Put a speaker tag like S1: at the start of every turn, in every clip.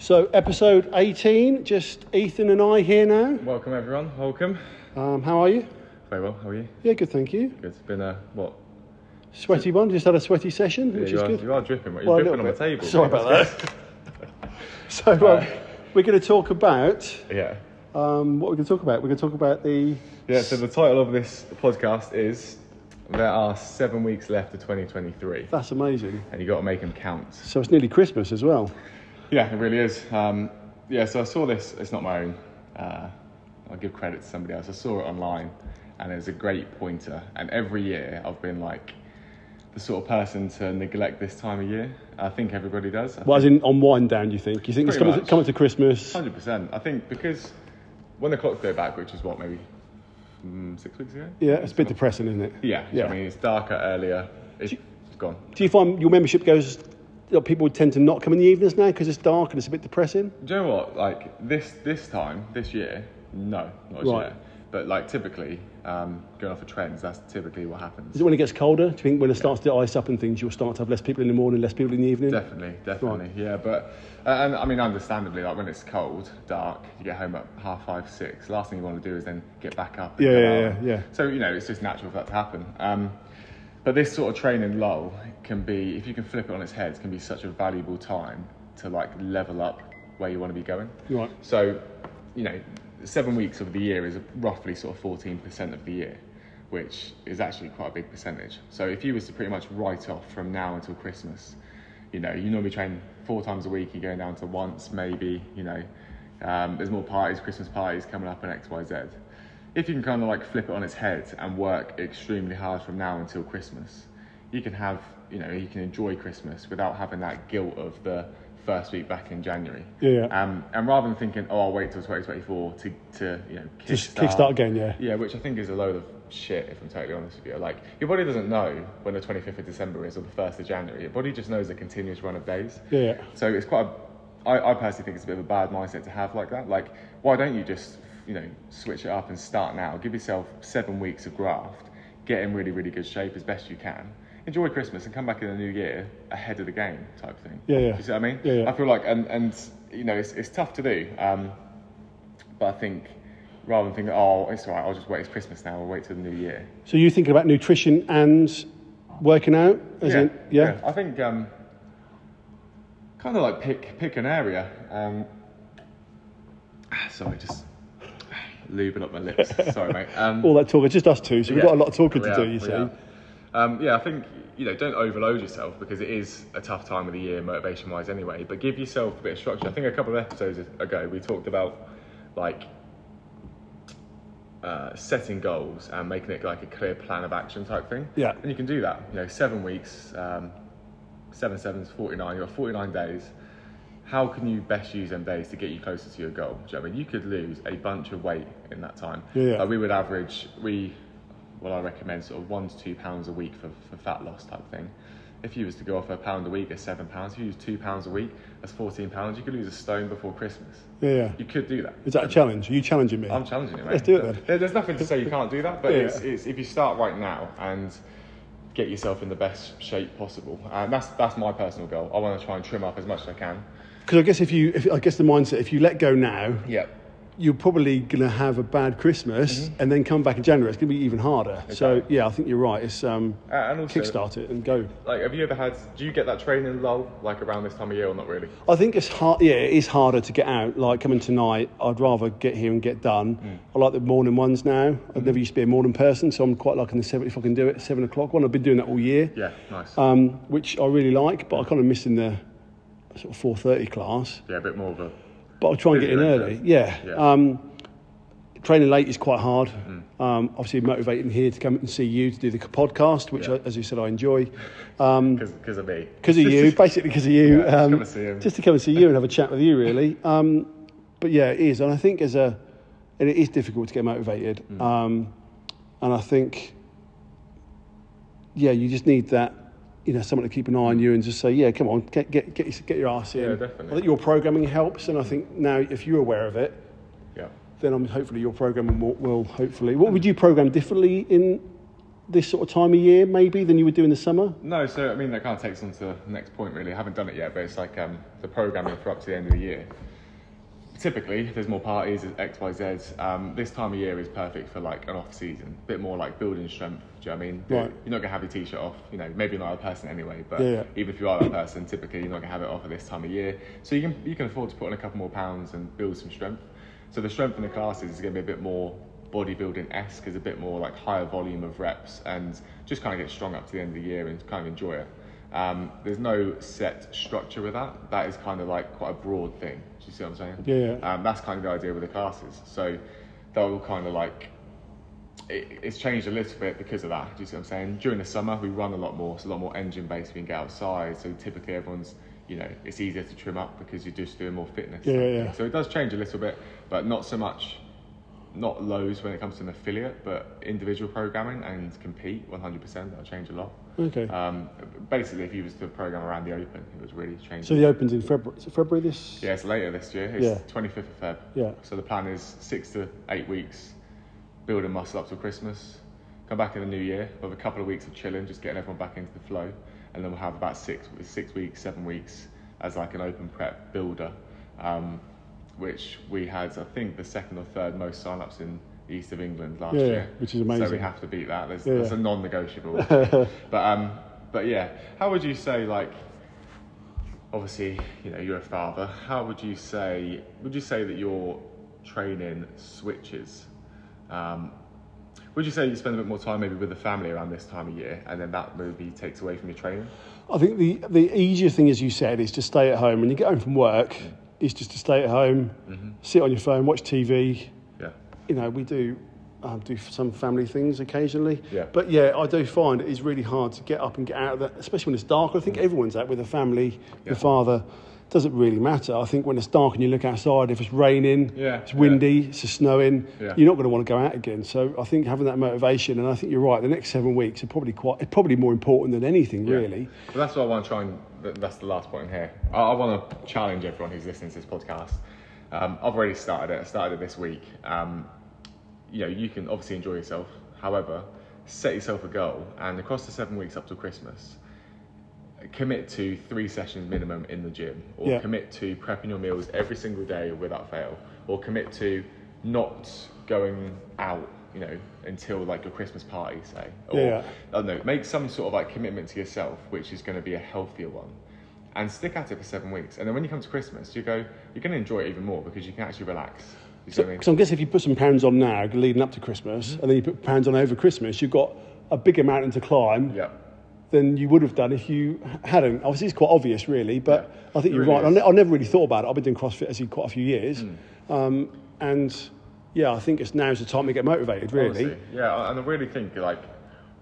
S1: So, episode 18, just Ethan and I here now.
S2: Welcome everyone, welcome.
S1: Um, how are you?
S2: Very well, how are you?
S1: Yeah, good, thank you.
S2: Good. It's been a what?
S1: Sweaty one, just had a sweaty session,
S2: Yeah,
S1: which
S2: you,
S1: is
S2: are,
S1: good.
S2: you are dripping, right? You're
S1: Well, a
S2: dripping on
S1: little
S2: the
S1: bit.
S2: table.
S1: Sorry about that. so, um, we're going to talk about
S2: Yeah.
S1: um, what we're going to talk about. We're going to talk about the.
S2: Yeah, so the title of this podcast is There Are Seven Weeks Left of 2023,
S1: That's amazing.
S2: and you got to make them count.
S1: So, it's nearly Christmas as well.
S2: Yeah, it really is. Um, yeah, so I saw this. It's not my own. Uh, I'll give credit to somebody else. I saw it online, and it was a great pointer. And every year, I've been like the sort of person to neglect this time of year. I think everybody does. I
S1: Well, as in on wind down, you think? You think it's
S2: Pretty
S1: coming to,
S2: much.
S1: coming to Christmas?
S2: Hundred percent. I think because when the clocks go back, which is what maybe mm, six weeks ago.
S1: Yeah, it's a bit depressing, isn't it?
S2: Yeah.
S1: Yeah.
S2: I mean, it's darker earlier. It's gone.
S1: Do you find your membership goes, that people tend to not come in the evenings now because it's dark and it's a bit depressing?
S2: Do you know what? Like this this time this year, no, not
S1: Right.
S2: yet. But like typically, um, going off of trends, that's typically what happens.
S1: Is it when it gets colder? Do you think when it starts to ice up and things, you'll start to have less people in the morning, less people in the evening?
S2: Definitely, definitely, yeah. But uh, and I mean, understandably, like when it's cold, dark, you get home at half five, six. Last thing you want to do is then get back up. and
S1: Yeah,
S2: go
S1: yeah,
S2: out.
S1: yeah, yeah.
S2: So you know, it's just natural for that to happen. Um, but this sort of training lull can be, if you can flip it on its head, can be such a valuable time to like level up where you want to be going.
S1: Right.
S2: So, you know, seven weeks of the year is roughly sort of fourteen percent of the year, which is actually quite a big percentage. So if you was to pretty much write off from now until Christmas, you know, you normally train four times a week, you're going down to once maybe, you know. Um, there's more parties, Christmas parties coming up and XYZ. If you can kind of like flip it on its head and work extremely hard from now until Christmas, you can have, you know, you can enjoy Christmas without having that guilt of the first week back in January.
S1: Yeah, yeah.
S2: Um, and rather than thinking, oh, I'll wait till 2024 to, to you know, kickstart.
S1: Just kickstart again, yeah.
S2: Yeah, which I think is a load of shit, if I'm totally honest with you. Like, your body doesn't know when the 25th of December is or the 1st of January. Your body just knows a continuous run of days.
S1: Yeah, yeah.
S2: So it's quite a, I, I personally think it's a bit of a bad mindset to have like that. Like, why don't you just, you know, switch it up and start now? Give yourself seven weeks of graft, get in really, really good shape as best you can. Enjoy Christmas and come back in the new year ahead of the game type thing.
S1: Yeah, yeah.
S2: You see what I mean?
S1: Yeah, yeah.
S2: I feel like, and, and you know, it's, it's tough to do. Um, but I think rather than thinking, oh, it's all right, I'll just wait, it's Christmas now, I'll wait till the new year.
S1: So you're thinking about nutrition and working out? As in, yeah?
S2: I think um, kind of like pick pick an area. Um, ah, sorry, just lubing up my lips. sorry, mate. Um,
S1: All that talk, it's just us two, so we've got a
S2: yeah.
S1: lot of talking
S2: We
S1: to
S2: are,
S1: do, you
S2: we
S1: see.
S2: are. Um, yeah, I think you know don't overload yourself because it is a tough time of the year, motivation-wise, anyway. But give yourself a bit of structure. I think a couple of episodes ago we talked about like uh, setting goals and making it like a clear plan of action type thing.
S1: Yeah.
S2: and you can do that. You know, seven weeks, um, seven sevens, forty-nine. You've got forty-nine days. How can you best use them days to get you closer to your goal? Do you know what I mean? You could lose a bunch of weight in that time.
S1: Yeah.
S2: Like, we would average we well I recommend sort of one to two pounds a week for, for fat loss type thing. If you was to go off a pound a week, that's seven pounds. If you use two pounds a week, that's fourteen pounds. You could lose a stone before Christmas.
S1: Yeah, yeah.
S2: You could do that.
S1: Is that a challenge? Are you challenging me?
S2: I'm challenging you, mate.
S1: Let's do it then.
S2: There- There's nothing to say you can't do that, but
S1: Yeah.
S2: it's, it's, if you start right now and get yourself in the best shape possible, and that's that's my personal goal. I want to try and trim up as much as I can.
S1: Because I guess if you, if, I guess the mindset, if you let go now,
S2: Yeah.
S1: you're probably going to have a bad Christmas
S2: Mm-hmm.
S1: and then come back in January. It's going to be even harder. So, yeah, I think you're right. It's um,
S2: Uh, and also,
S1: kickstart it and go.
S2: like, have you ever had? Do you get that training lull like around this time of year, or not really?
S1: I think it's hard. Yeah, it is harder to get out. Like coming tonight, I'd rather get here and get done.
S2: Mm.
S1: I like the morning ones now. I never used to be a morning person, so I'm quite liking the seven. If I can do it, seven o'clock one. I've been doing that all year,
S2: Yeah, nice.
S1: um, which I really like. But I kind of missing the sort of four thirty class.
S2: yeah, a bit more of a
S1: But I'll try and get in
S2: Busy, isn't
S1: early.
S2: it?
S1: Yeah.
S2: Yeah. Mm.
S1: Um, training late is quite hard. Um, obviously, motivating here to come and see you to do the podcast, which,
S2: Yeah.
S1: I, as you said, I enjoy.
S2: because of me.
S1: because of you, basically because of you. um,
S2: just come and see him.
S1: just to come and see you and have a chat with you, really. Um, but yeah, it is, and I think as a, and it is difficult to get motivated.
S2: Mm.
S1: Um, and I think, yeah, you just need that, you know, someone to keep an eye on you and just say, yeah, come on, get get get, your- get your ass in.
S2: Yeah, definitely.
S1: I think your programming helps, and I think now if you're aware of it,
S2: Yeah.
S1: then I'm hopefully your programming will, will hopefully. What would you program differently in this sort of time of year maybe than you would do in the summer?
S2: No, so I mean that kind of takes on to the next point really. I haven't done it yet, but it's like um, the programming for up to the end of the year. Typically, if there's more parties, there's X, Y, Z. Um, this time of year is perfect for like an off season, a bit more like building strength. Do you know what I mean?
S1: Right.
S2: You're not gonna have your t-shirt off. You know, maybe you're not a person anyway, but
S1: Yeah, yeah.
S2: even if you are that person, typically you're not gonna have it off at this time of year. So you can you can afford to put on a couple more pounds and build some strength. So the strength in the classes is gonna be a bit more bodybuilding esque, is a bit more like higher volume of reps and just kind of get strong up to the end of the year and kind of enjoy it. Um, there's no set structure with that. That is kind of like quite a broad thing. Do you see what I'm saying?
S1: Yeah, yeah.
S2: Um, that's kind of the idea with the classes. So they're all kind of like it, it's changed a little bit because of that. Do you see what I'm saying? During the summer, we run a lot more. It's a lot more engine based. We can get outside. So typically, everyone's, you know, it's easier to trim up because you're just doing more fitness.
S1: Yeah, yeah, yeah.
S2: So it does change a little bit, but not so much, not lows when it comes to an affiliate, but individual programming and compete 100%. That'll change a lot.
S1: Okay.
S2: Um, basically, if you was to program around the open, it would really change.
S1: so the opens in February. Is it February this?
S2: Yeah, it's later this year. It's
S1: Yeah.
S2: 25th of Feb.
S1: Yeah.
S2: So the plan is six to eight weeks, building muscle up till Christmas, come back in the new year, we'll have a couple of weeks of chilling, just getting everyone back into the flow, and then we'll have about six, six weeks, seven weeks as like an open prep builder, um, which we had, I think, the second or third most sign-ups in the east of England last
S1: Yeah,
S2: year.
S1: which is
S2: So we
S1: amazing.
S2: have to beat that. There's,
S1: Yeah.
S2: That's a non-negotiable. but um, but yeah, how would you say like obviously, you know, you're a father. How would you say? Would you say that your training switches? Um, would you say you spend a bit more time maybe with the family around this time of year, and then that maybe takes away from your training?
S1: I think the, the easier thing, as you said, is to stay at home. When you get home from work, is just to stay at home, sit on your phone, watch TV.
S2: Yeah,
S1: You know, we do um, do some family things occasionally.
S2: Yeah.
S1: But yeah, I do find it is really hard to get up and get out of that, especially when it's dark. I think everyone's out with a family,
S2: Mm. Yeah.
S1: the father. Doesn't really matter. I think when it's dark and you look outside, if it's raining,
S2: Yeah,
S1: it's
S2: yeah.
S1: windy, it's snowing,
S2: Yeah.
S1: you're not going to want to go out again. So I think having that motivation, and I think you're right. The next seven weeks are probably quite, probably more important than anything,
S2: Yeah.
S1: really.
S2: But that's what I want to try and. th- That's the last point here. I, I want to challenge everyone who's listening to this podcast. Um, I've already started it. I started it this week. Um, you know, you can obviously enjoy yourself. However, set yourself a goal, and across the seven weeks up to Christmas, commit to three sessions minimum in the gym, or
S1: Yeah.
S2: commit to prepping your meals every single day without fail, or commit to not going out, you know, until like your Christmas party, say, or
S1: Yeah.
S2: I don't know, Oh, make some sort of like commitment to yourself, which is going to be a healthier one, and stick at it for seven weeks. And then when you come to Christmas, you go, you're going to enjoy it even more because you can actually relax. You see what I mean? Mm-hmm.
S1: Because I'm guessing if you put some pounds on now, leading up to Christmas, and then you put pounds on over Christmas, you've got a bigger mountain to climb
S2: Yeah.
S1: than you would have done if you hadn't. Obviously, it's quite obvious, really, but
S2: Yeah,
S1: I think
S2: it
S1: you're
S2: really
S1: right. I,
S2: is. Hmm.
S1: ne- I never really thought about it. I've been doing CrossFit as you quite a few years, um, and yeah, I think it's now's the time to get motivated, really.
S2: Honestly. Yeah, and I really think like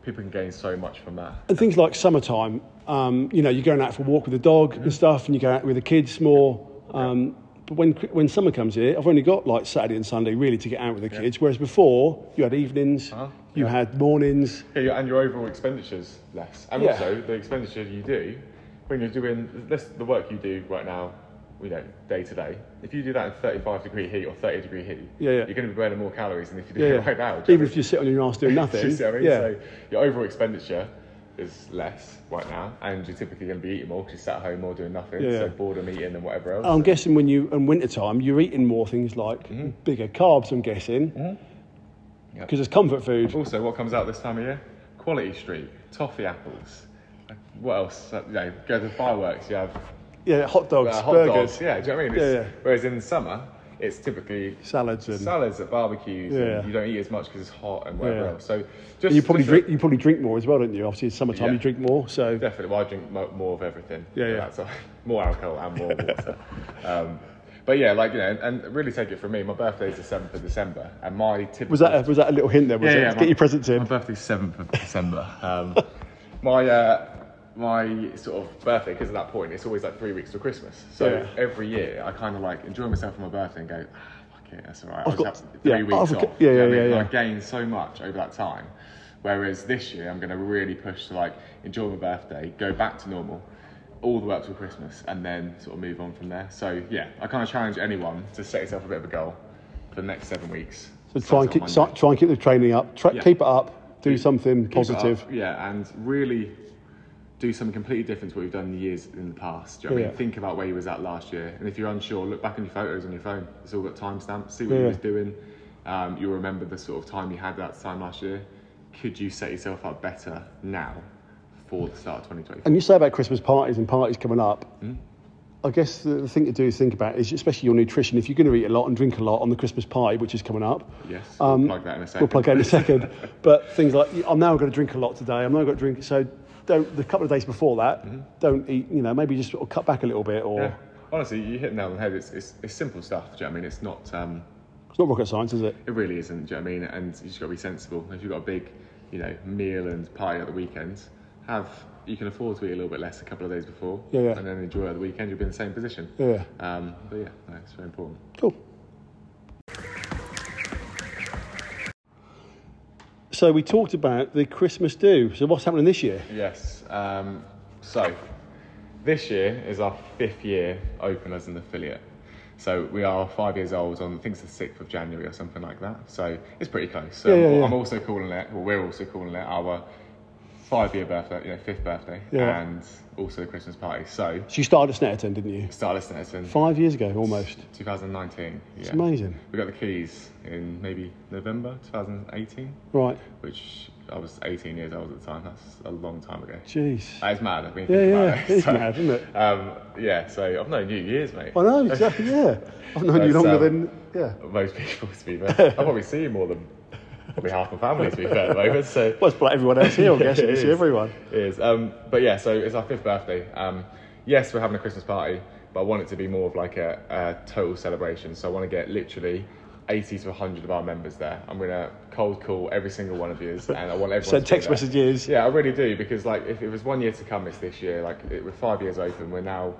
S2: people can gain so much from that.
S1: And things like summertime, um, you know, you're going out for a walk with the dog and stuff, and you go out with the kids more. Um, but when, when summer comes here, I've only got like Saturday and Sunday really to get out with the kids. Whereas before, you had evenings,
S2: Uh-huh.
S1: you had mornings.
S2: Yeah, your- and your overall expenditures less, and
S1: Yeah.
S2: also the expenditure you do when you're doing this, the work you do right now, you know, day to day. If you do that in 35 degree heat or 30 degree heat,
S1: Yeah, yeah.
S2: you're going to be burning more calories than if you do
S1: Yeah,
S2: it right now. do you know
S1: even if you sit on your ass doing
S2: what I mean?
S1: nothing.
S2: Do you see what I mean?
S1: yeah.
S2: So your overall expenditure is less right now, and you're typically going to be eating more because you're sat at home or doing nothing,
S1: Yeah, Um,
S2: so
S1: yeah.
S2: boredom eating and whatever else.
S1: I'm guessing when you in winter time, you're eating more things like bigger carbs. I'm guessing because
S2: Mm-hmm. Yep.
S1: it's comfort food.
S2: Also, what comes out this time of year? Quality Street, toffee apples. What else? Uh, You know, go to fireworks. You have
S1: Yeah, hot dogs,
S2: uh, hot
S1: burgers,
S2: dogs. Yeah, do you know what I mean? It's-
S1: Yeah, yeah.
S2: Whereas in the summer, it's typically
S1: salads, and,
S2: salads at barbecues.
S1: Yeah.
S2: And you don't eat as much because it's hot and whatever
S1: Yeah.
S2: else. So just
S1: and you probably
S2: just-
S1: drink. You probably drink more as well, don't you? Obviously, it's summertime,
S2: Yeah.
S1: you drink more. So
S2: Definitely, well, I drink mo- more of everything.
S1: Yeah, yeah.
S2: That's all. more alcohol and more water. um, but yeah, like you know, and, and really take it from me. My birthday is the seventh of December, and my typical
S1: Was that a, was that a little hint there? Was it? Get
S2: my-
S1: your presents
S2: My
S1: in.
S2: birthday's seventh of December. Um, my uh, my sort of birthday, because at that point, it's always like three weeks till Christmas. So
S1: Yeah.
S2: every year, I kind of like enjoy myself on my birthday and go, ah, fuck it, that's all right. I'll
S1: I've
S2: just
S1: got-
S2: have three
S1: yeah,
S2: weeks
S1: I've
S2: off.
S1: got- yeah,
S2: you know
S1: yeah,
S2: what I mean?
S1: yeah,
S2: And I gained so much over that time. Whereas this year, I'm going to really push to like enjoy my birthday, go back to normal. All the way up till Christmas, and then sort of move on from there. So yeah, I kind of challenge anyone to set yourself a bit of a goal for the next seven weeks.
S1: So try and
S2: Starts on
S1: keep
S2: Monday.
S1: so, try and keep the training up. Try,
S2: Yeah.
S1: Keep it up. do something
S2: keep it up,
S1: positive.
S2: yeah, and really do something completely different to what you've done in the years in the past. Do you know what I
S1: Yeah.
S2: mean? Think about where you was at last year, and if you're unsure, look back on your photos on your phone. It's all got timestamps. See what you
S1: Yeah.
S2: was doing. Um, you'll remember the sort of time you had that time last year. Could you set yourself up better now for the start of 2023?
S1: And you say about Christmas parties and parties coming up.
S2: Mm-hmm.
S1: I guess the, the thing to do think about is especially your nutrition. If you're going to eat a lot and drink a lot on the Christmas party, which is coming up,
S2: yes,
S1: um,
S2: we'll plug that in a 2nd
S1: we'll plug that in a second. but things like I'm now going to drink a lot today. I'm now going to drink. So don't the couple of days before that, don't eat. You know, maybe just sort of cut back a little bit, or
S2: Mm-hmm. Yeah. Honestly, you hit the nail on the head. It's, it's, it's simple stuff. Do you know what I mean? It's not. Um,
S1: it's not rocket science, is it?
S2: It really isn't, do you know what I mean? And you just got to be sensible. If you've got a big, you know, meal and party at the weekend, have you can afford to eat a little bit less a couple of days before,
S1: Yeah, yeah.
S2: and then enjoy it at the weekend. You'll be in the same position.
S1: Yeah.
S2: Um, but yeah, no, it's very important.
S1: Cool. So we talked about the Christmas do. So what's happening this year?
S2: Yes. Um, so this year is our fifth year open as an affiliate. So we are five years old on I think it's the sixth of January or something like that. So it's pretty close. So
S1: Yeah, yeah, yeah.
S2: I'm also calling it. Well, we're also calling it our five year birthday, you know, fifth birthday,
S1: Yeah.
S2: and also the Christmas party. So
S1: So you started at Snetterton, didn't you?
S2: start listening to us in
S1: Five years ago, almost.
S2: 2019.
S1: It's
S2: Yeah.
S1: amazing.
S2: We got the keys in maybe November 2018,
S1: Right.
S2: which I was 18 years old at the time. That's a long time ago.
S1: Jeez.
S2: That is mad. I've been
S1: Yeah,
S2: thinking
S1: yeah.
S2: about it.
S1: It's
S2: So,
S1: mad, isn't it?
S2: Um, yeah, so I've known you years, mate.
S1: I know, exactly, yeah. I've known you
S2: That's,
S1: longer
S2: um,
S1: than, yeah.
S2: Most people, to be fair. I've probably seen you more than probably half my family, to be fair, at the moment. So
S1: Well, it's like everyone else here, I guess.
S2: It
S1: It's
S2: is.
S1: everyone.
S2: It is. Um, but yeah, so it's our fifth birthday. Um, yes, we're having a Christmas party, but I want it to be more of like a, a total celebration. So I want to get literally 80 to 100 of our members there. I'm going to cold call every single one of you, and I want everyone
S1: Send
S2: to be
S1: text
S2: there.
S1: messages.
S2: Yeah, I really do because like if it was one year to come, it's this year. Like it, we're five years open. We're now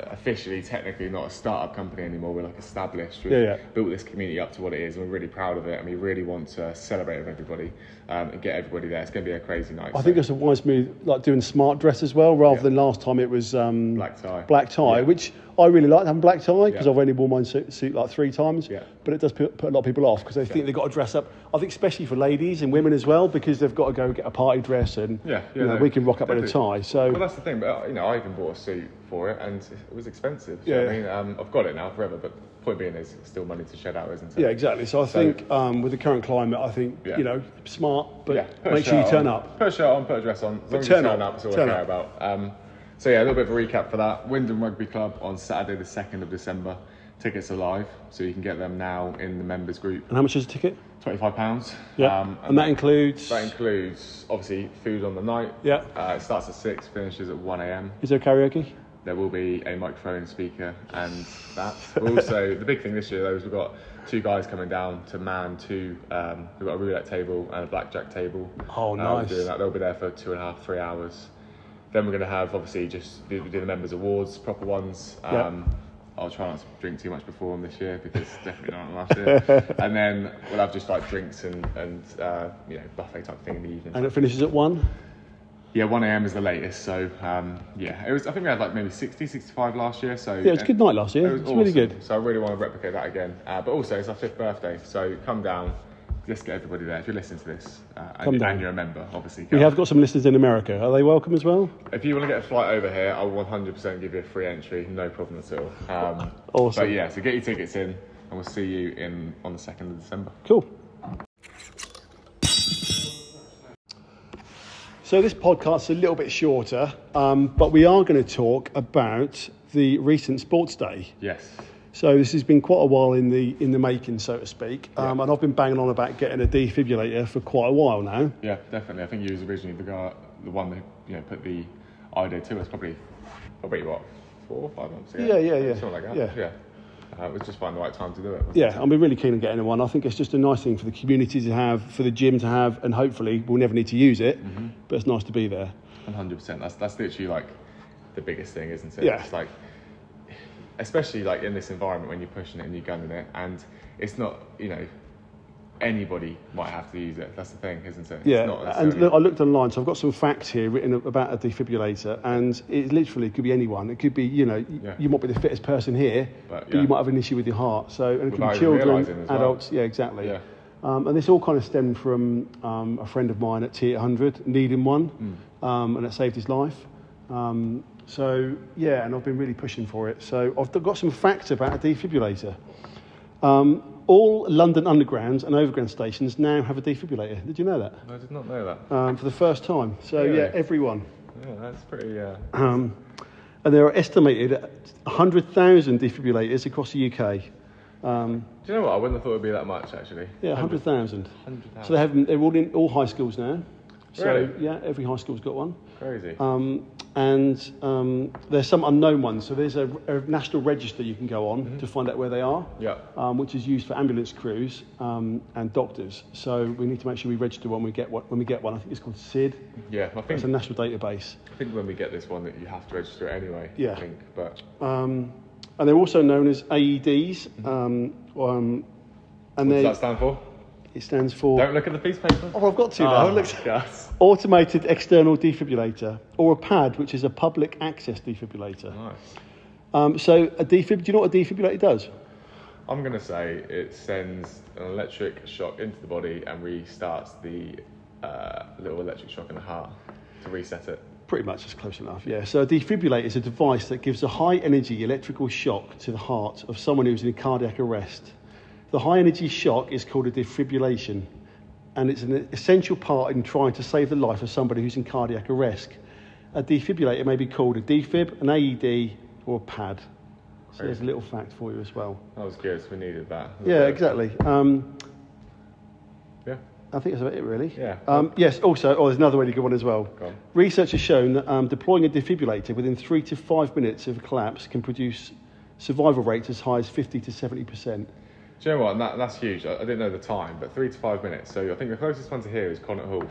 S2: officially, technically, not a startup company anymore. We're like established. We've
S1: Yeah, yeah.
S2: built this community up to what it is, and we're really proud of it. And we really want to celebrate with everybody um, and get everybody there. It's going to be a crazy night.
S1: I
S2: so-
S1: think it's a wise move, like doing smart dress as well, rather
S2: Yeah.
S1: than last time it was um,
S2: Black tie.
S1: Black tie, which I really like having black tie because
S2: Yeah.
S1: I've only worn my suit, suit like three times.
S2: Yeah.
S1: But it does put, put a lot of people off because they think they've got to dress up. I think especially for ladies and women as well because they've got to go get a party dress and
S2: Yeah, yeah,
S1: you know,
S2: no,
S1: we can rock up in a
S2: definitely.
S1: tie. So
S2: Well, that's the thing. But uh, you know, I even bought a suit for it, and it was expensive. do you
S1: Yeah.
S2: know what I mean, um, I've got it now forever. But point being is, it's still money to shed out, isn't it?
S1: yeah, exactly. So I think um, with the current climate, I think
S2: Yeah.
S1: you know smart, but
S2: yeah, put a
S1: make sure you
S2: shirt
S1: turn
S2: on.
S1: up.
S2: Put a shirt on, put a dress on. As long as
S1: turn
S2: you turn
S1: up,
S2: up, that's all
S1: turn
S2: I care
S1: up.
S2: about. Um, so yeah, a little bit of a recap for that. Wyndham Rugby Club on Saturday the second of December. Tickets are live, so you can get them now in the members group.
S1: And how much is a ticket?
S2: Twenty-five pounds.
S1: Yeah,
S2: Um,
S1: and, that includes.
S2: that includes obviously food on the night.
S1: Yeah.
S2: Uh, it starts at six, finishes at one a.m.
S1: Is there karaoke?
S2: There will be a microphone speaker and that. But also, the big thing this year though is we've got two guys coming down to man two. Um, we've got a roulette table and a blackjack table.
S1: Oh,
S2: we're
S1: nice.
S2: doing that. They'll be there for two and a half, three hours. Then we're going to have obviously just do, do the members' awards, proper ones.
S1: Yeah.
S2: Um, I'll try not to drink too much before them this year because definitely not last year. and then we'll have just like drinks and, and uh, you know buffet type thing in the evening.
S1: And it finishes at one.
S2: Yeah, 1 a.m. is the latest. So, um, yeah, it was. I think we had like maybe 60, 65 last year. So
S1: Yeah, it was a good night last year. It was, really
S2: awesome.
S1: good.
S2: So I really want to replicate that again. Uh, but also, it's our fifth birthday. So come down. Let's get everybody there. If you're listening to this, uh, and,
S1: Come
S2: you-
S1: down.
S2: and you're a member, obviously.
S1: We
S2: come.
S1: have got some listeners in America. Are they welcome as well?
S2: If you want to get a flight over here, I'll 100% give you a free entry. No problem at all. Um,
S1: Awesome.
S2: But yeah, so get your tickets in, and we'll see you in on the second of December.
S1: Cool. So this podcast's a little bit shorter, um, but we are going to talk about the recent sports day.
S2: Yes.
S1: So this has been quite a while in the in the making, so to speak, um, and I've been banging on about getting a defibrillator for quite a while now.
S2: Yeah, definitely. I think you was originally the guy, the one that you know put the idea to us. Probably, probably what four or five months ago.
S1: Yeah, yeah, yeah.
S2: Something like that.
S1: Yeah.
S2: Yeah, Uh, it was just finding the right time to do it. wasn't
S1: Yeah, I'm really keen on getting one. I think it's just a nice thing for the community to have, for the gym to have, and hopefully we'll never need to use it, but it's nice to be there.
S2: it? One hundred percent. That's that's literally like the biggest thing, isn't it?
S1: Yeah.
S2: It's like, especially like in this environment when you're pushing it and you're gunning it, and it's not you know anybody might have to use it. That's the thing, isn't it?
S1: Yeah,
S2: It's not
S1: and
S2: necessarily-
S1: look, I looked online, so I've got some facts here written about a defibrillator, and it literally could be anyone. It could be, you know, y
S2: Yeah.
S1: you might be the fittest person here, but,
S2: But, yeah.
S1: you might have an issue with your heart. So, and it could
S2: Without
S1: be
S2: even
S1: children,
S2: realising as well.
S1: adults, yeah, exactly.
S2: Yeah.
S1: Um, and this all kind of stemmed from um, a friend of mine at T800 needing one,
S2: Hmm.
S1: um, and it saved his life. Um, so, yeah, and I've been really pushing for it. So, I've got some facts about a defibrillator. Um, all London undergrounds and overground stations now have a defibrillator. Did you know that?
S2: I did not know that.
S1: Um, for the first time. So,
S2: Really?
S1: yeah, everyone.
S2: Yeah, that's pretty. Uh,
S1: Um, and there are estimated 100,000 defibrillators across the UK. Um,
S2: do you know what? I wouldn't have thought it'd be that much actually.
S1: yeah, 100,000.
S2: 100,000.
S1: So they have them, they're all in all high schools now. So
S2: Really?
S1: yeah, every high school's got one.
S2: Crazy.
S1: Um, and um, there's some unknown ones. So there's a, a national register you can go on to find out where they are,
S2: yeah.
S1: um, which is used for ambulance crews um, and doctors. So we need to make sure we register when we get one. When we get one, I think it's called SID.
S2: Yeah. I think
S1: It's a national database.
S2: I think when we get this one that you have to register it anyway.
S1: Yeah.
S2: I think, but
S1: Um, and they're also known as AEDs. Um, um, and
S2: what does
S1: they,
S2: that stand for?
S1: it stands for.
S2: Don't look at the piece of paper. Ah.
S1: Oh, I've got to now. Look-
S2: yes.
S1: automated external defibrillator, or a PAD, which is a public access defibrillator.
S2: Nice.
S1: Um, so, a defib, do you know what a defibrillator does?
S2: I'm gonna say it sends an electric shock into the body and restarts the uh, little electric shock in the heart to reset it.
S1: Pretty much, that's close enough, yeah. So, a defibrillator is a device that gives a high energy electrical shock to the heart of someone who's in cardiac arrest. The high energy shock is called a defibrillation, and it's an essential part in trying to save the life of somebody who's in cardiac arrest. A defibrillator may be called a defib, an AED, or a PAD. So, there's a little fact for you as well.
S2: That was good. We needed that.
S1: Yeah, exactly. Um,
S2: Yeah.
S1: I think that's about it, really.
S2: Yeah.
S1: Um, yes, also, oh, there's another really good one as well.
S2: Go on.
S1: Research has shown that um, deploying a defibrillator within three to five minutes of a collapse can produce survival rates as high as 50 to 70%.
S2: Do you know what? And that, that's huge. I, I didn't know the time, but three to five minutes. So I think the closest one to here is Connaught Hall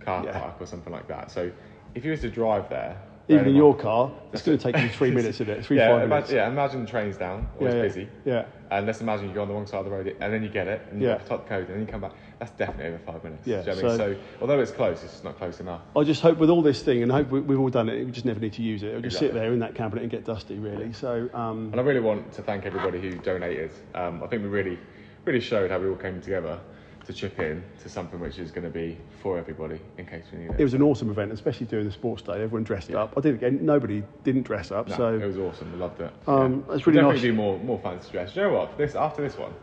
S2: car
S1: Yeah.
S2: park or something like that. So if you was to drive there,
S1: Even in
S2: bear mind-
S1: your car, it's going to take you three minutes of it, three,
S2: yeah,
S1: five
S2: imagine,
S1: minutes.
S2: yeah, imagine the train's down or
S1: yeah,
S2: it's busy.
S1: Yeah.
S2: And let's imagine you go on the wrong side of the road and then you get it and you
S1: Yeah.
S2: type the code and then you come back. That's definitely over five minutes.
S1: Yeah,
S2: Do you know what I
S1: so-
S2: mean? So although it's close, it's just not close enough.
S1: I just hope with all this thing, and I hope we, we've all done it, we just never need to use it. It'll just sit
S2: Exactly.
S1: there in that cabinet and get dusty, really. So, um,
S2: And I really want to thank everybody who donated. Um, I think we really, really showed how we all came together to chip in to something which is going to be for everybody in case we need it.
S1: it was an awesome event, especially during the sports day. Everyone dressed up. I did again, nobody didn't dress up.
S2: No,
S1: so,
S2: it was awesome. We loved it.
S1: Um, that's really
S2: We'll definitely
S1: nice.
S2: do more more fancy dress. Do you know what? This after this one,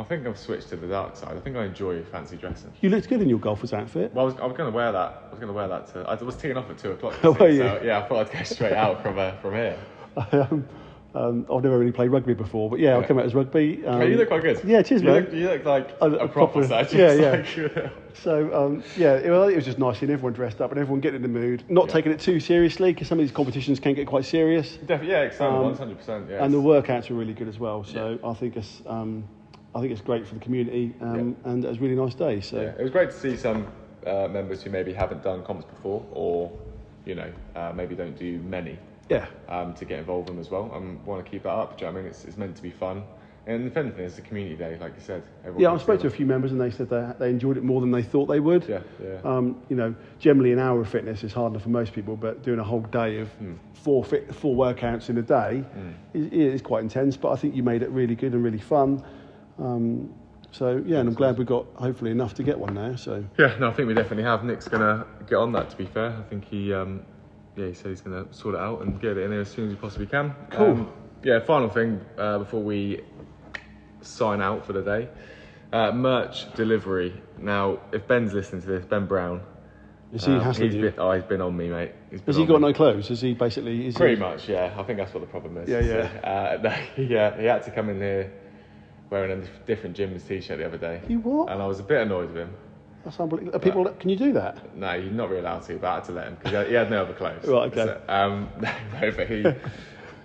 S2: I think I've switched to the dark side. I think I enjoy fancy dressing.
S1: you looked good in your golfer's outfit.
S2: Well, I was, I was going to wear that. I was going to wear that to. I was teeing off at two o'clock.
S1: Oh, Were you?
S2: So, yeah, I thought I'd go straight out from uh, from here.
S1: um, um, I've never really played rugby before, but yeah, I
S2: Yeah.
S1: came out as rugby. Um,
S2: Hey, you look quite good.
S1: Yeah, cheers,
S2: you
S1: mate.
S2: Look, you look like
S1: A-
S2: a,
S1: a
S2: proper, uh,
S1: proper- yeah,
S2: surgeon. Yeah, yeah.
S1: So um, yeah, it, well, it was just nice seeing everyone dressed up and everyone getting in the mood, not
S2: Yeah.
S1: taking it too seriously because some of these competitions can get quite serious,
S2: Definitely, yeah, exactly,
S1: Um,
S2: one hundred percent. Yeah,
S1: and the workouts were really good as well. So I think it's um, I think it's great for the community, um, and it was a really nice day. So
S2: Yeah, it was great to see some uh, members who maybe haven't done comps before, or you know, uh, maybe don't do many.
S1: yeah,
S2: um, to get involved in as well and want to keep that up. Do you know what I mean? It's, it's meant to be fun. And if anything, it's a community day, like you said. Everyone
S1: yeah. I
S2: comes
S1: spoke to a
S2: together.
S1: few members and they said they, they enjoyed it more than they thought they would.
S2: Yeah, yeah.
S1: Um, you know, generally an hour of fitness is hard enough for most people, but doing a whole day of
S2: Hmm.
S1: four fit, four workouts in a day is, is quite intense. But I think you made it really good and really fun. Um, so yeah, and I'm glad we got hopefully enough to get one now. So
S2: yeah, no, I think we definitely have. Nick's gonna get on that. To be fair, I think he, um, yeah, he said he's gonna sort it out and get it in there as soon as we possibly can.
S1: Cool.
S2: Um, yeah, final thing uh, before we sign out for the day. Uh, merch delivery. Now, if Ben's listening to this, Ben Brown,
S1: is he
S2: um,
S1: hassling
S2: he's
S1: you?
S2: been, oh, he's been on me, mate. He's been
S1: Has he
S2: on
S1: got
S2: me.
S1: no clothes? Is he basically? Is
S2: Pretty
S1: he,
S2: much, yeah. I think that's what the problem is.
S1: Yeah,
S2: yeah. Uh, he, uh, he had to come in here wearing a dif- different gym's t-shirt the other day.
S1: You what?
S2: And I was a bit annoyed with him.
S1: That's unbelievable. Are people, can you do that?
S2: No, you're not really allowed to, but I had to let him because he had no other clothes.
S1: Right, okay.
S2: So, um, no, but he.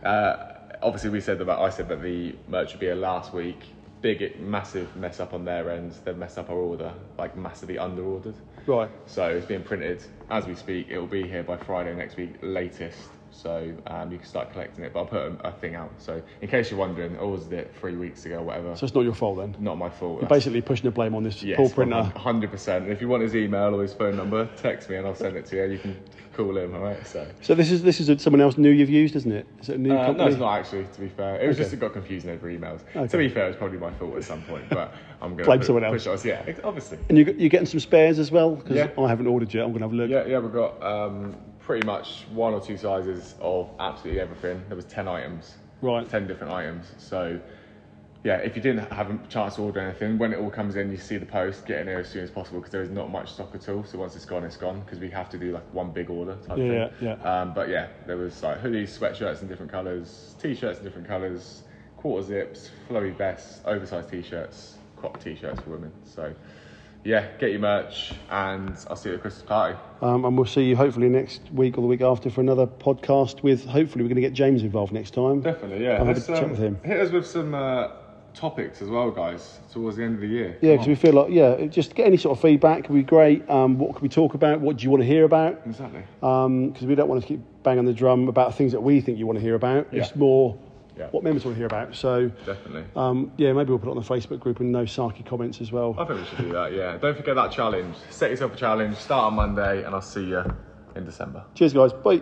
S2: Uh, obviously, we said about I said that the merch would be here last week. Big, massive mess up on their end. They've messed up our order, like massively under-ordered.
S1: Right.
S2: So it's being printed as we speak. It will be here by Friday next week, latest. so um, you can start collecting it. But I'll put a, a thing out. So in case you're wondering, or was it three weeks ago, whatever?
S1: So it's not your fault then.
S2: Not my fault.
S1: You're basically pushing the blame on this poor printer.
S2: Hundred percent. And if you want his email or his phone number, text me and I'll send it to you. You can call him. All right. So.
S1: So this is this is someone else new you've used, isn't it? Is it a new
S2: Uh,
S1: company?
S2: no, it's not actually. To be fair, it was
S1: Okay.
S2: just it got confusing over emails.
S1: Okay.
S2: To be fair, it was probably my fault at some point, but I'm going to
S1: Blame someone
S2: Push us. Yeah, ex- obviously.
S1: And you, you're getting some spares as well because
S2: Yeah.
S1: I haven't ordered yet. I'm going to have a look.
S2: Yeah, yeah, we've got um, pretty much one or two sizes of absolutely everything. There was ten items,
S1: Right.
S2: Ten different items. So, yeah, if you didn't have a chance to order anything, when it all comes in, you see the post, get in here as soon as possible because there is not much stock at all. So once it's gone, it's gone because we have to do like one big order type thing.
S1: Yeah, yeah, yeah.
S2: Um, but yeah, there was like hoodies, sweatshirts in different colours, t-shirts in different colours, quarter zips, flowy vests, oversized t-shirts, crop t-shirts for women. So. Yeah, get your merch, and I'll see you at the Christmas party.
S1: Um, and we'll see you hopefully next week or the week after for another podcast with. Hopefully, we're going to get James involved next time.
S2: Definitely, yeah.
S1: I'll have a
S2: Let's, um,
S1: chat with him.
S2: Hit us with some uh, topics as well, guys, towards the end of the year.
S1: Yeah,
S2: Come
S1: because we feel like yeah, it- just get any sort of feedback would be great. Um, what can we talk about? What do you want to hear about?
S2: on. Exactly.
S1: Because we don't want to keep banging the drum about things that we think you want to hear about.
S2: Yeah.
S1: It's more
S2: Yeah.
S1: what members want to hear about. So
S2: Definitely.
S1: um, yeah, maybe we'll put it on the Facebook group and no Saki comments as well.
S2: I think we should do that, yeah. Don't forget that challenge. Set yourself a challenge, start on Monday, and I'll see you in December.
S1: Cheers, guys. Bye.